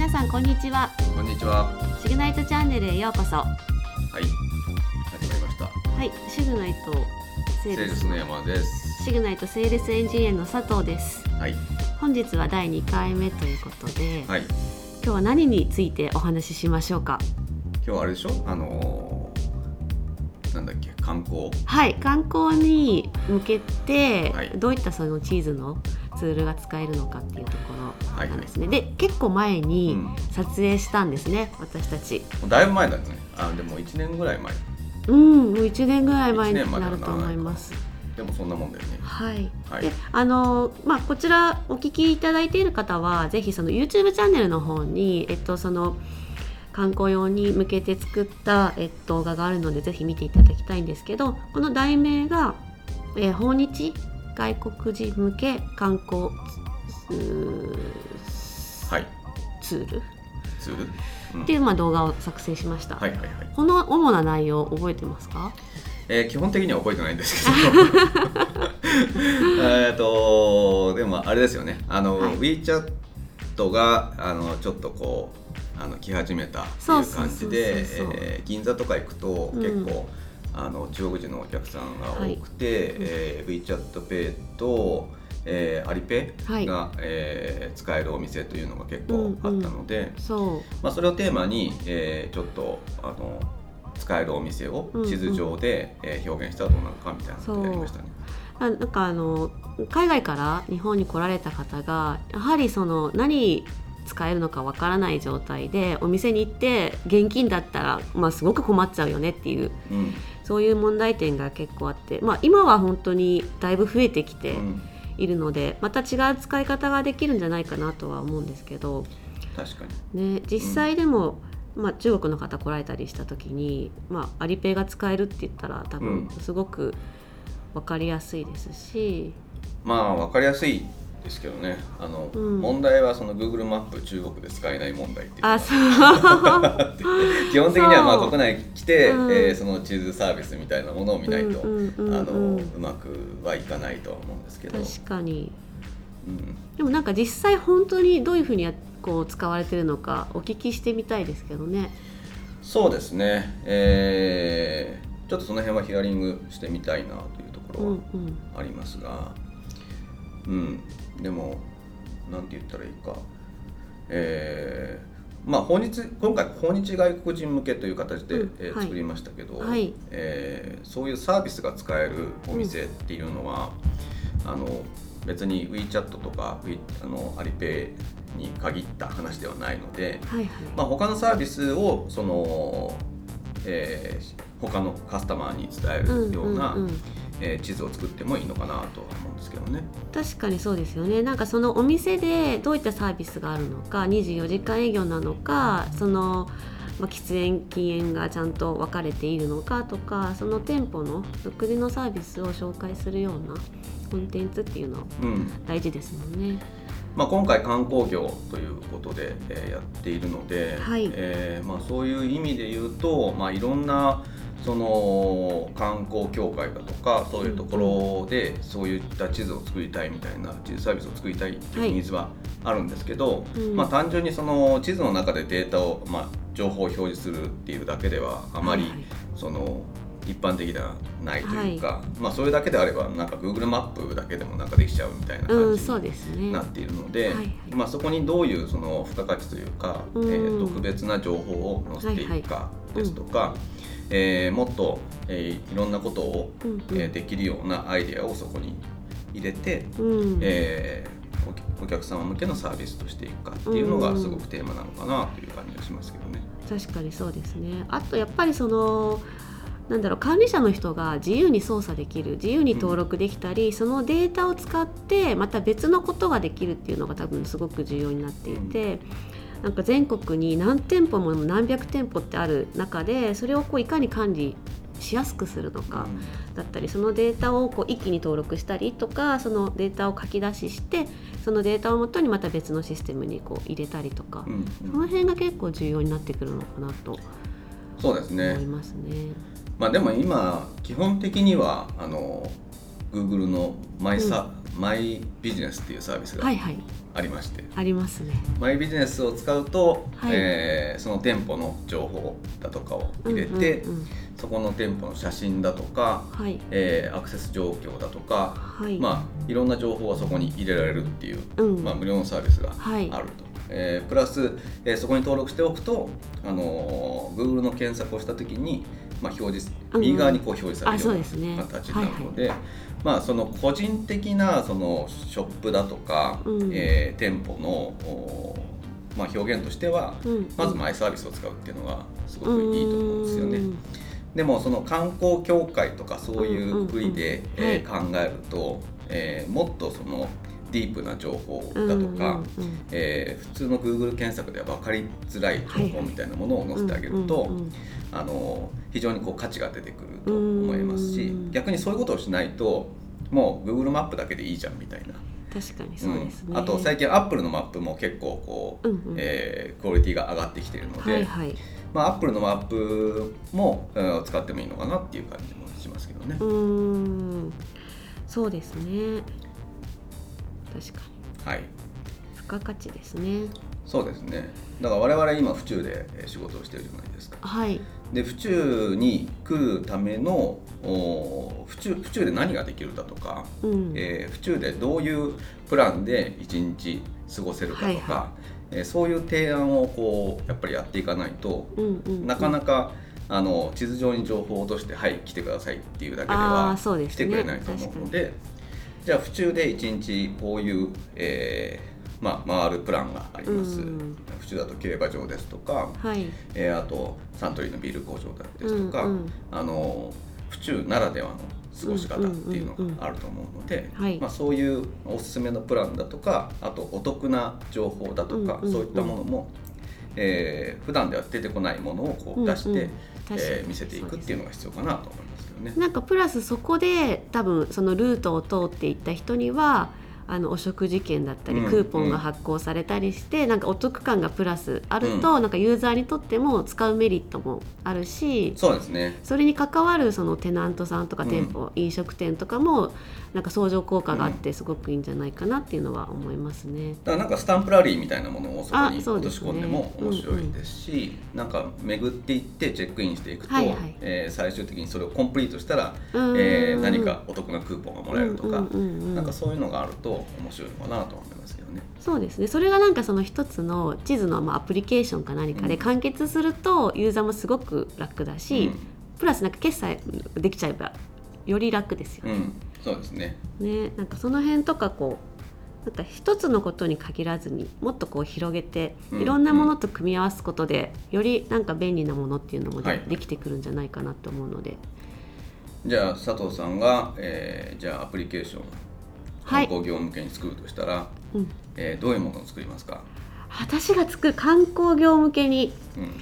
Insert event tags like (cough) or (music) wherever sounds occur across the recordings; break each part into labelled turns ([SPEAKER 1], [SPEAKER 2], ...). [SPEAKER 1] ちは
[SPEAKER 2] こんにちは。は、
[SPEAKER 1] シグナイトチャンネルへようこそはい
[SPEAKER 2] 始まりました。
[SPEAKER 1] いシグナイトセー
[SPEAKER 2] セー
[SPEAKER 1] ル
[SPEAKER 2] ル
[SPEAKER 1] ス
[SPEAKER 2] スの山です。
[SPEAKER 1] シグナイトセールスエンジニアの佐藤です
[SPEAKER 2] はい、
[SPEAKER 1] 本日は第2回目ということで、
[SPEAKER 2] はい、
[SPEAKER 1] 今日は何についてお話ししましょうか
[SPEAKER 2] 今日はあれでしょあのーなんだっけ、観光。
[SPEAKER 1] はい観光に向けて、
[SPEAKER 2] はい
[SPEAKER 1] どういったそのチーズのツールが使えるのかっていうとこ
[SPEAKER 2] は
[SPEAKER 1] ろ
[SPEAKER 2] い
[SPEAKER 1] なんですね、で結構前
[SPEAKER 2] う
[SPEAKER 1] に
[SPEAKER 2] ん、も
[SPEAKER 1] 撮影したんですね、私たち
[SPEAKER 2] うだいぶ前だね。あ、でも1年ぐらい前。
[SPEAKER 1] うんもう1年ぐらい前
[SPEAKER 2] 一年
[SPEAKER 1] に
[SPEAKER 2] まで
[SPEAKER 1] な
[SPEAKER 2] は
[SPEAKER 1] ると思います
[SPEAKER 2] でもそんなもんだよね。
[SPEAKER 1] はい、
[SPEAKER 2] はい
[SPEAKER 1] であのまあこちらお聞きいただいている方はぜひその YouTube チャンネルの方にえっとその観光用に向けて作った、えっと、動画があるのでぜひ見ていただきたいんですけどこの題名が、えー訪日外国人向け観光ツー
[SPEAKER 2] はい、
[SPEAKER 1] ツール」
[SPEAKER 2] ツール。うん
[SPEAKER 1] っていう、まあ、動画を作成しました、
[SPEAKER 2] はい、はい、はい。
[SPEAKER 1] この主な内容覚えてますか
[SPEAKER 2] えー基本的には覚えてないんですけ
[SPEAKER 1] (laughs)
[SPEAKER 2] どえっとでもあれですよねあの、
[SPEAKER 1] はい
[SPEAKER 2] WeChat があのちょっとこうあの来始めたって
[SPEAKER 1] そ
[SPEAKER 2] いうう
[SPEAKER 1] そう
[SPEAKER 2] 感
[SPEAKER 1] そ
[SPEAKER 2] じ
[SPEAKER 1] うそうそう
[SPEAKER 2] でえー銀座とか行くと
[SPEAKER 1] うん
[SPEAKER 2] 結構、あの中国人のお客さんが多くて、えー WeChatPay と、えー、アリペ
[SPEAKER 1] はい
[SPEAKER 2] が、えー使えるお店というのが結構あったので、
[SPEAKER 1] そ
[SPEAKER 2] まあ、それをテーマに、えーちょっとあの使えるお店を
[SPEAKER 1] うんうん
[SPEAKER 2] 地図上で、えー表現したらどうなのかみたいなことをやりましたね。
[SPEAKER 1] うあなんかあの海外から日本に来られた方がやはりその何使えるのかわからない状態でお店に行って現金だったら、まあ、すごく困っちゃうよねっていう
[SPEAKER 2] うん
[SPEAKER 1] そういう問題点が結構あって、まあ、今は本当にだいぶ増えてき
[SPEAKER 2] う
[SPEAKER 1] て
[SPEAKER 2] ん、
[SPEAKER 1] いるのでまた違う使い方ができるんじゃないかなとは思うんですけど、
[SPEAKER 2] 確かに
[SPEAKER 1] ね、実際でも、まあ、中国の方来られたりした時に、まあ、アリペイが使えるって言ったら多分
[SPEAKER 2] うん
[SPEAKER 1] すごく分かりやすいですし。
[SPEAKER 2] まあ分かりやすいですけどねあの、
[SPEAKER 1] うん
[SPEAKER 2] 問題はその Google マップ中国で使えない問題っていうのが
[SPEAKER 1] あそう
[SPEAKER 2] あって基本的にはまあ
[SPEAKER 1] そう
[SPEAKER 2] 国内来て、
[SPEAKER 1] うん
[SPEAKER 2] えーその地図サービスみたいなものを見ないと、
[SPEAKER 1] うんうんうんうん
[SPEAKER 2] あのうまくはいかないとは思うんですけど、
[SPEAKER 1] 確かに
[SPEAKER 2] うん、
[SPEAKER 1] でもなんか実際本当にどういうふうにやこう使われてるのかお聞きしてみたいですけどね
[SPEAKER 2] そうですね、えーちょっとその辺はヒアリングしてみたいなというところ
[SPEAKER 1] うん
[SPEAKER 2] は、
[SPEAKER 1] うん
[SPEAKER 2] ありますがうんでもなんて言ったらいいかえーまあ訪日今回訪日外国人向けという形で、
[SPEAKER 1] うん
[SPEAKER 2] えー
[SPEAKER 1] はい
[SPEAKER 2] 作りましたけど、
[SPEAKER 1] はい
[SPEAKER 2] えーそういうサービスが使えるお店っていうのは、あの別に WeChat とか We- あの Alipay に限った話ではないので、
[SPEAKER 1] はいはい、
[SPEAKER 2] まあ、他のサービスをその、えー他のカスタマーに伝えるような、
[SPEAKER 1] うんうんうん、
[SPEAKER 2] えー地図を作ってもいいのかなとは思うんですけどね。
[SPEAKER 1] 確かにそうですよねなんかそのお店でどういったサービスがあるのか24時間営業なのかその、まあ、喫煙禁煙がちゃんと分かれているのかとかその店舗の独自のサービスを紹介するようなコンテンツっていうのは
[SPEAKER 2] うん
[SPEAKER 1] 大事ですもんね。
[SPEAKER 2] まあ、今回観光業ということで、えーやっているので、
[SPEAKER 1] はい
[SPEAKER 2] えーまあ、そういう意味で言うと、まあ、いろんなその観光協会だとかそういうところでそういった地図を作りたいみたいな地図サービスを作りたいって
[SPEAKER 1] はい
[SPEAKER 2] いうニーズはあるんですけど、
[SPEAKER 1] うん
[SPEAKER 2] まあ、単純にその地図の中でデータを、まあ、情報を表示するっていうだけではあまり、
[SPEAKER 1] はいはい
[SPEAKER 2] その一般的ではないというか、まあ、それだけであればなんか Google マップだけでもなんかできちゃうみたいな
[SPEAKER 1] う
[SPEAKER 2] 感
[SPEAKER 1] ん、
[SPEAKER 2] じ
[SPEAKER 1] そうですね。
[SPEAKER 2] なっているので、
[SPEAKER 1] はいはい
[SPEAKER 2] まあ、そこにどういうその付加価値というか、
[SPEAKER 1] うん
[SPEAKER 2] えー特別な情報を載せていくか
[SPEAKER 1] いはい
[SPEAKER 2] ですとか、えーもっと、えーいろんなことを、
[SPEAKER 1] うんうん
[SPEAKER 2] えーできるようなアイデアをそこに入れて、
[SPEAKER 1] うん
[SPEAKER 2] えーお客お客様向けのサービスとしていくかっていうの
[SPEAKER 1] う
[SPEAKER 2] が
[SPEAKER 1] ん
[SPEAKER 2] すごくテーマなのかなという感じがしますけどね。
[SPEAKER 1] 確かにそうですねあとやっぱりそのなんだろう管理者の人が自由に操作できる自由に登録できたり、そのデータを使ってまた別のことができるっていうのが多分すごく重要になっていて、なんか全国に何店舗も何百店舗ってある中でそれをこういかに管理しやすくするのか、
[SPEAKER 2] うん
[SPEAKER 1] だったりそのデータをこう一気に登録したりとかそのデータを書き出ししてそのデータをもとにまた別のシステムにこう入れたりとか、
[SPEAKER 2] うん
[SPEAKER 1] その辺が結構重要になってくるのかなと
[SPEAKER 2] そうですね、
[SPEAKER 1] 思いますね。
[SPEAKER 2] まあ、でも今基本的にはあの Google のマイサ、マイビジネスっていうサービスが
[SPEAKER 1] はいはい
[SPEAKER 2] ありまして、
[SPEAKER 1] ありますね
[SPEAKER 2] マイビジネスを使うと、
[SPEAKER 1] はい
[SPEAKER 2] えーその店舗の情報だとかを入れて、
[SPEAKER 1] うんうんうん
[SPEAKER 2] そこの店舗の写真だとか、
[SPEAKER 1] はい
[SPEAKER 2] えーアクセス状況だとか、
[SPEAKER 1] はい、
[SPEAKER 2] まあ、いろんな情報がそこに入れられるっていう、
[SPEAKER 1] うん
[SPEAKER 2] まあ、無料のサービスが
[SPEAKER 1] はい
[SPEAKER 2] あると、えープラス、えーそこに登録しておくと、あのー Google の検索をした時に、まあ、表示
[SPEAKER 1] うん
[SPEAKER 2] 右側にこう表示されるよ
[SPEAKER 1] あそうです
[SPEAKER 2] う
[SPEAKER 1] ね
[SPEAKER 2] な形になるので、まあ、その個人的なそのショップだとか、
[SPEAKER 1] うん
[SPEAKER 2] えー店舗の、おーまあ、表現としては、
[SPEAKER 1] うん
[SPEAKER 2] まずマイサービスを使うっていうのがすごくいいと思うんですよね。
[SPEAKER 1] うん
[SPEAKER 2] でもその観光協会とかそういう部位で
[SPEAKER 1] うんうんうん
[SPEAKER 2] えー考えると、えーもっとそのディープな情報
[SPEAKER 1] うん
[SPEAKER 2] だとか、
[SPEAKER 1] うんうん
[SPEAKER 2] えー普通の Google 検索では分かりづらい情報みたいなものを載せてあげると、
[SPEAKER 1] うんうんうん
[SPEAKER 2] あの非常にこう価値が出てくると思いますし
[SPEAKER 1] うん
[SPEAKER 2] 逆にそういうことをしないともう Google マップだけでいいじゃんみたいな
[SPEAKER 1] 確かにそうですね、
[SPEAKER 2] んあと最近 Apple のマップも結構こう、
[SPEAKER 1] うんうん
[SPEAKER 2] えークオリティが上がってきているので、
[SPEAKER 1] はいはい
[SPEAKER 2] まあ、Apple のマップも、うん使ってもいいのかなっていう感じもしますけどね
[SPEAKER 1] う。ーんそうですね確かに
[SPEAKER 2] はい、
[SPEAKER 1] 付加価値ですね
[SPEAKER 2] そうですね。だから我々今府中でえー仕事をしてるじゃないですか。
[SPEAKER 1] はい
[SPEAKER 2] で府中に来るためのおー府中府中で何ができるだとか、
[SPEAKER 1] うん、
[SPEAKER 2] えー府中でどういうプランで一日過ごせるかとか、
[SPEAKER 1] はい
[SPEAKER 2] えーそういう提案をこうやっぱりやっていかないと、
[SPEAKER 1] うんうんうん
[SPEAKER 2] なかなかあの地図上に情報を落としてはい来てくださいっていうだけで
[SPEAKER 1] あ
[SPEAKER 2] は
[SPEAKER 1] ーそうですね
[SPEAKER 2] 来てくれないと思うのでじゃあ府中で1日こういう、えーまあ、回るプランがあります、
[SPEAKER 1] うん
[SPEAKER 2] 府中だと競馬場ですとか、
[SPEAKER 1] はい
[SPEAKER 2] えーあとサントリーのビール工場だですとか、
[SPEAKER 1] うんうん
[SPEAKER 2] あの府中ならではの過ごし方っていうのがあると思うので、
[SPEAKER 1] うんうんうんはい
[SPEAKER 2] まあ、そういうおすすめのプランだとかあとお得な情報だとか、
[SPEAKER 1] うんうんうん
[SPEAKER 2] そういったものも、えー普段では出てこないものをこ
[SPEAKER 1] う
[SPEAKER 2] う
[SPEAKER 1] んうん
[SPEAKER 2] 出して、
[SPEAKER 1] 確か
[SPEAKER 2] え
[SPEAKER 1] に
[SPEAKER 2] ー見せていくっていうのが必要かなと思いますけどね。
[SPEAKER 1] なんかプラスそこで多分そのルートを通っていった人にはあのお食事券だったり
[SPEAKER 2] うん
[SPEAKER 1] クーポンが発行されたりして、なんかお得感がプラスあると、なんかユーザーにとっても使うメリットもあるし
[SPEAKER 2] そうですね
[SPEAKER 1] それに関わるそのテナントさんとか店舗、飲食店とかもなんか相乗効果があってすごくいいんじゃないかなっていうのは思いますね。
[SPEAKER 2] だからなんかスタンプラリーみたいなものをそこに
[SPEAKER 1] あそう
[SPEAKER 2] 落
[SPEAKER 1] で
[SPEAKER 2] と
[SPEAKER 1] す
[SPEAKER 2] し
[SPEAKER 1] ね
[SPEAKER 2] 込んでも面白いですしなんか巡っていってチェックインしていくと、
[SPEAKER 1] はいはい
[SPEAKER 2] えー最終的にそれをコンプリートしたら、
[SPEAKER 1] うん
[SPEAKER 2] えー何かお得なクーポンがもらえるとか、
[SPEAKER 1] うんうんうんうん
[SPEAKER 2] なんかそういうのがあると面白いのかなと思いますけどね。
[SPEAKER 1] そうですねそれがなんかその一つの地図のまあアプリケーションか何かで
[SPEAKER 2] うん
[SPEAKER 1] 完結するとユーザーもすごく楽だし、プラスなんか決済できちゃえばより楽ですよ
[SPEAKER 2] うん、うん、そうですね。
[SPEAKER 1] ね。なんかその辺とかこうなんか一つのことに限らずにもっとこう広げて
[SPEAKER 2] うん
[SPEAKER 1] いろんなものと組み合わすことでよりなんか便利なものっていうのもで,、
[SPEAKER 2] はい
[SPEAKER 1] できてくるんじゃないかなと思うので
[SPEAKER 2] じゃあ佐藤さんが、えーじゃあアプリケーション
[SPEAKER 1] は
[SPEAKER 2] 観
[SPEAKER 1] い
[SPEAKER 2] 光業向けに作るとしたら、
[SPEAKER 1] うん
[SPEAKER 2] えーどういうものを作りますか、
[SPEAKER 1] 私がつく観光業向けに
[SPEAKER 2] うん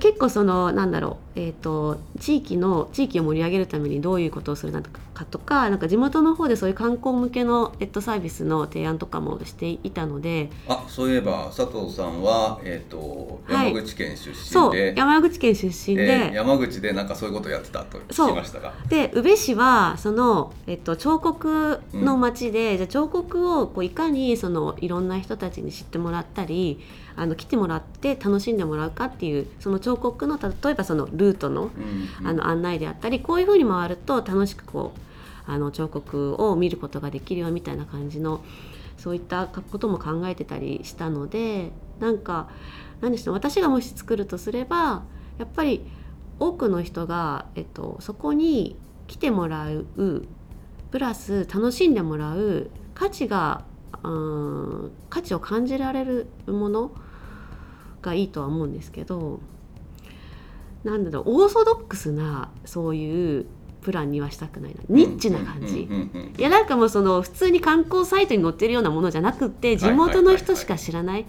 [SPEAKER 1] 結構そのなんだろう、えー、と地域の地域を盛り上げるためにどういうことをするのかとかなんか地元の方でそういう観光向けの、えっと、サービスの提案とかもしていたので
[SPEAKER 2] あそういえば佐藤さんは、えー、と
[SPEAKER 1] はい
[SPEAKER 2] 山口県出身
[SPEAKER 1] そう
[SPEAKER 2] で、
[SPEAKER 1] 山口県出身で、
[SPEAKER 2] えー山口でなんかそういうことやってたと聞きましたが
[SPEAKER 1] で宇部市はその、えっと、彫刻の町で、じゃあ彫刻をこういかにそのいろんな人たちに知ってもらったりあの来てもらって楽しんでもらうかっていうその彫刻の例えばそのルートの
[SPEAKER 2] うんうん
[SPEAKER 1] あの案内であったりこういうふうに回ると楽しくこうあの彫刻を見ることができるよみたいな感じのそういったことも考えてたりしたのでなんか何でしょう私がもし作るとすればやっぱり多くの人が、えっと、そこに来てもらうプラス楽しんでもらう価値がうーん価値を感じられるものがいいとは思うんですけどなんだろうオーソドックスなそういうプランにはしたくないなニッチな感じ。
[SPEAKER 2] うんうんうんうん
[SPEAKER 1] いやなんかもうその普通に観光サイトに載ってるようなものじゃなくって地元の人しか知らない,、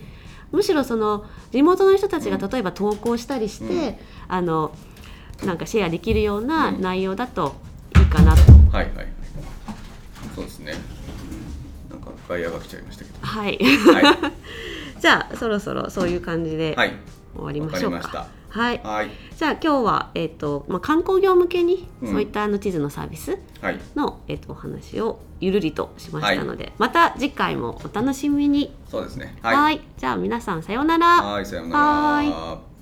[SPEAKER 1] むしろその地元の人たちが
[SPEAKER 2] うん
[SPEAKER 1] 例えば投稿したりして、
[SPEAKER 2] うん
[SPEAKER 1] あのなんかシェアできるような
[SPEAKER 2] うん
[SPEAKER 1] 内容だといいかなと、
[SPEAKER 2] はいはいはいそうですねなんか外野が来ちゃいましたけど
[SPEAKER 1] はい (laughs)
[SPEAKER 2] はい、
[SPEAKER 1] じゃあそろそろそういう感じで
[SPEAKER 2] はい、
[SPEAKER 1] 終わり
[SPEAKER 2] わ
[SPEAKER 1] ま
[SPEAKER 2] か
[SPEAKER 1] し
[SPEAKER 2] り
[SPEAKER 1] ょうか。
[SPEAKER 2] ました
[SPEAKER 1] はい、
[SPEAKER 2] はい
[SPEAKER 1] じゃあ今日は、えっとまあ、観光業向けに
[SPEAKER 2] うん
[SPEAKER 1] そういったあの地図のサービス
[SPEAKER 2] はい
[SPEAKER 1] の、えっとお話をゆるりとしましたので、また次回もお楽しみに。
[SPEAKER 2] そうですね
[SPEAKER 1] はい、
[SPEAKER 2] はい
[SPEAKER 1] じゃあ皆さんさようなら。
[SPEAKER 2] はいさよう
[SPEAKER 1] は
[SPEAKER 2] なら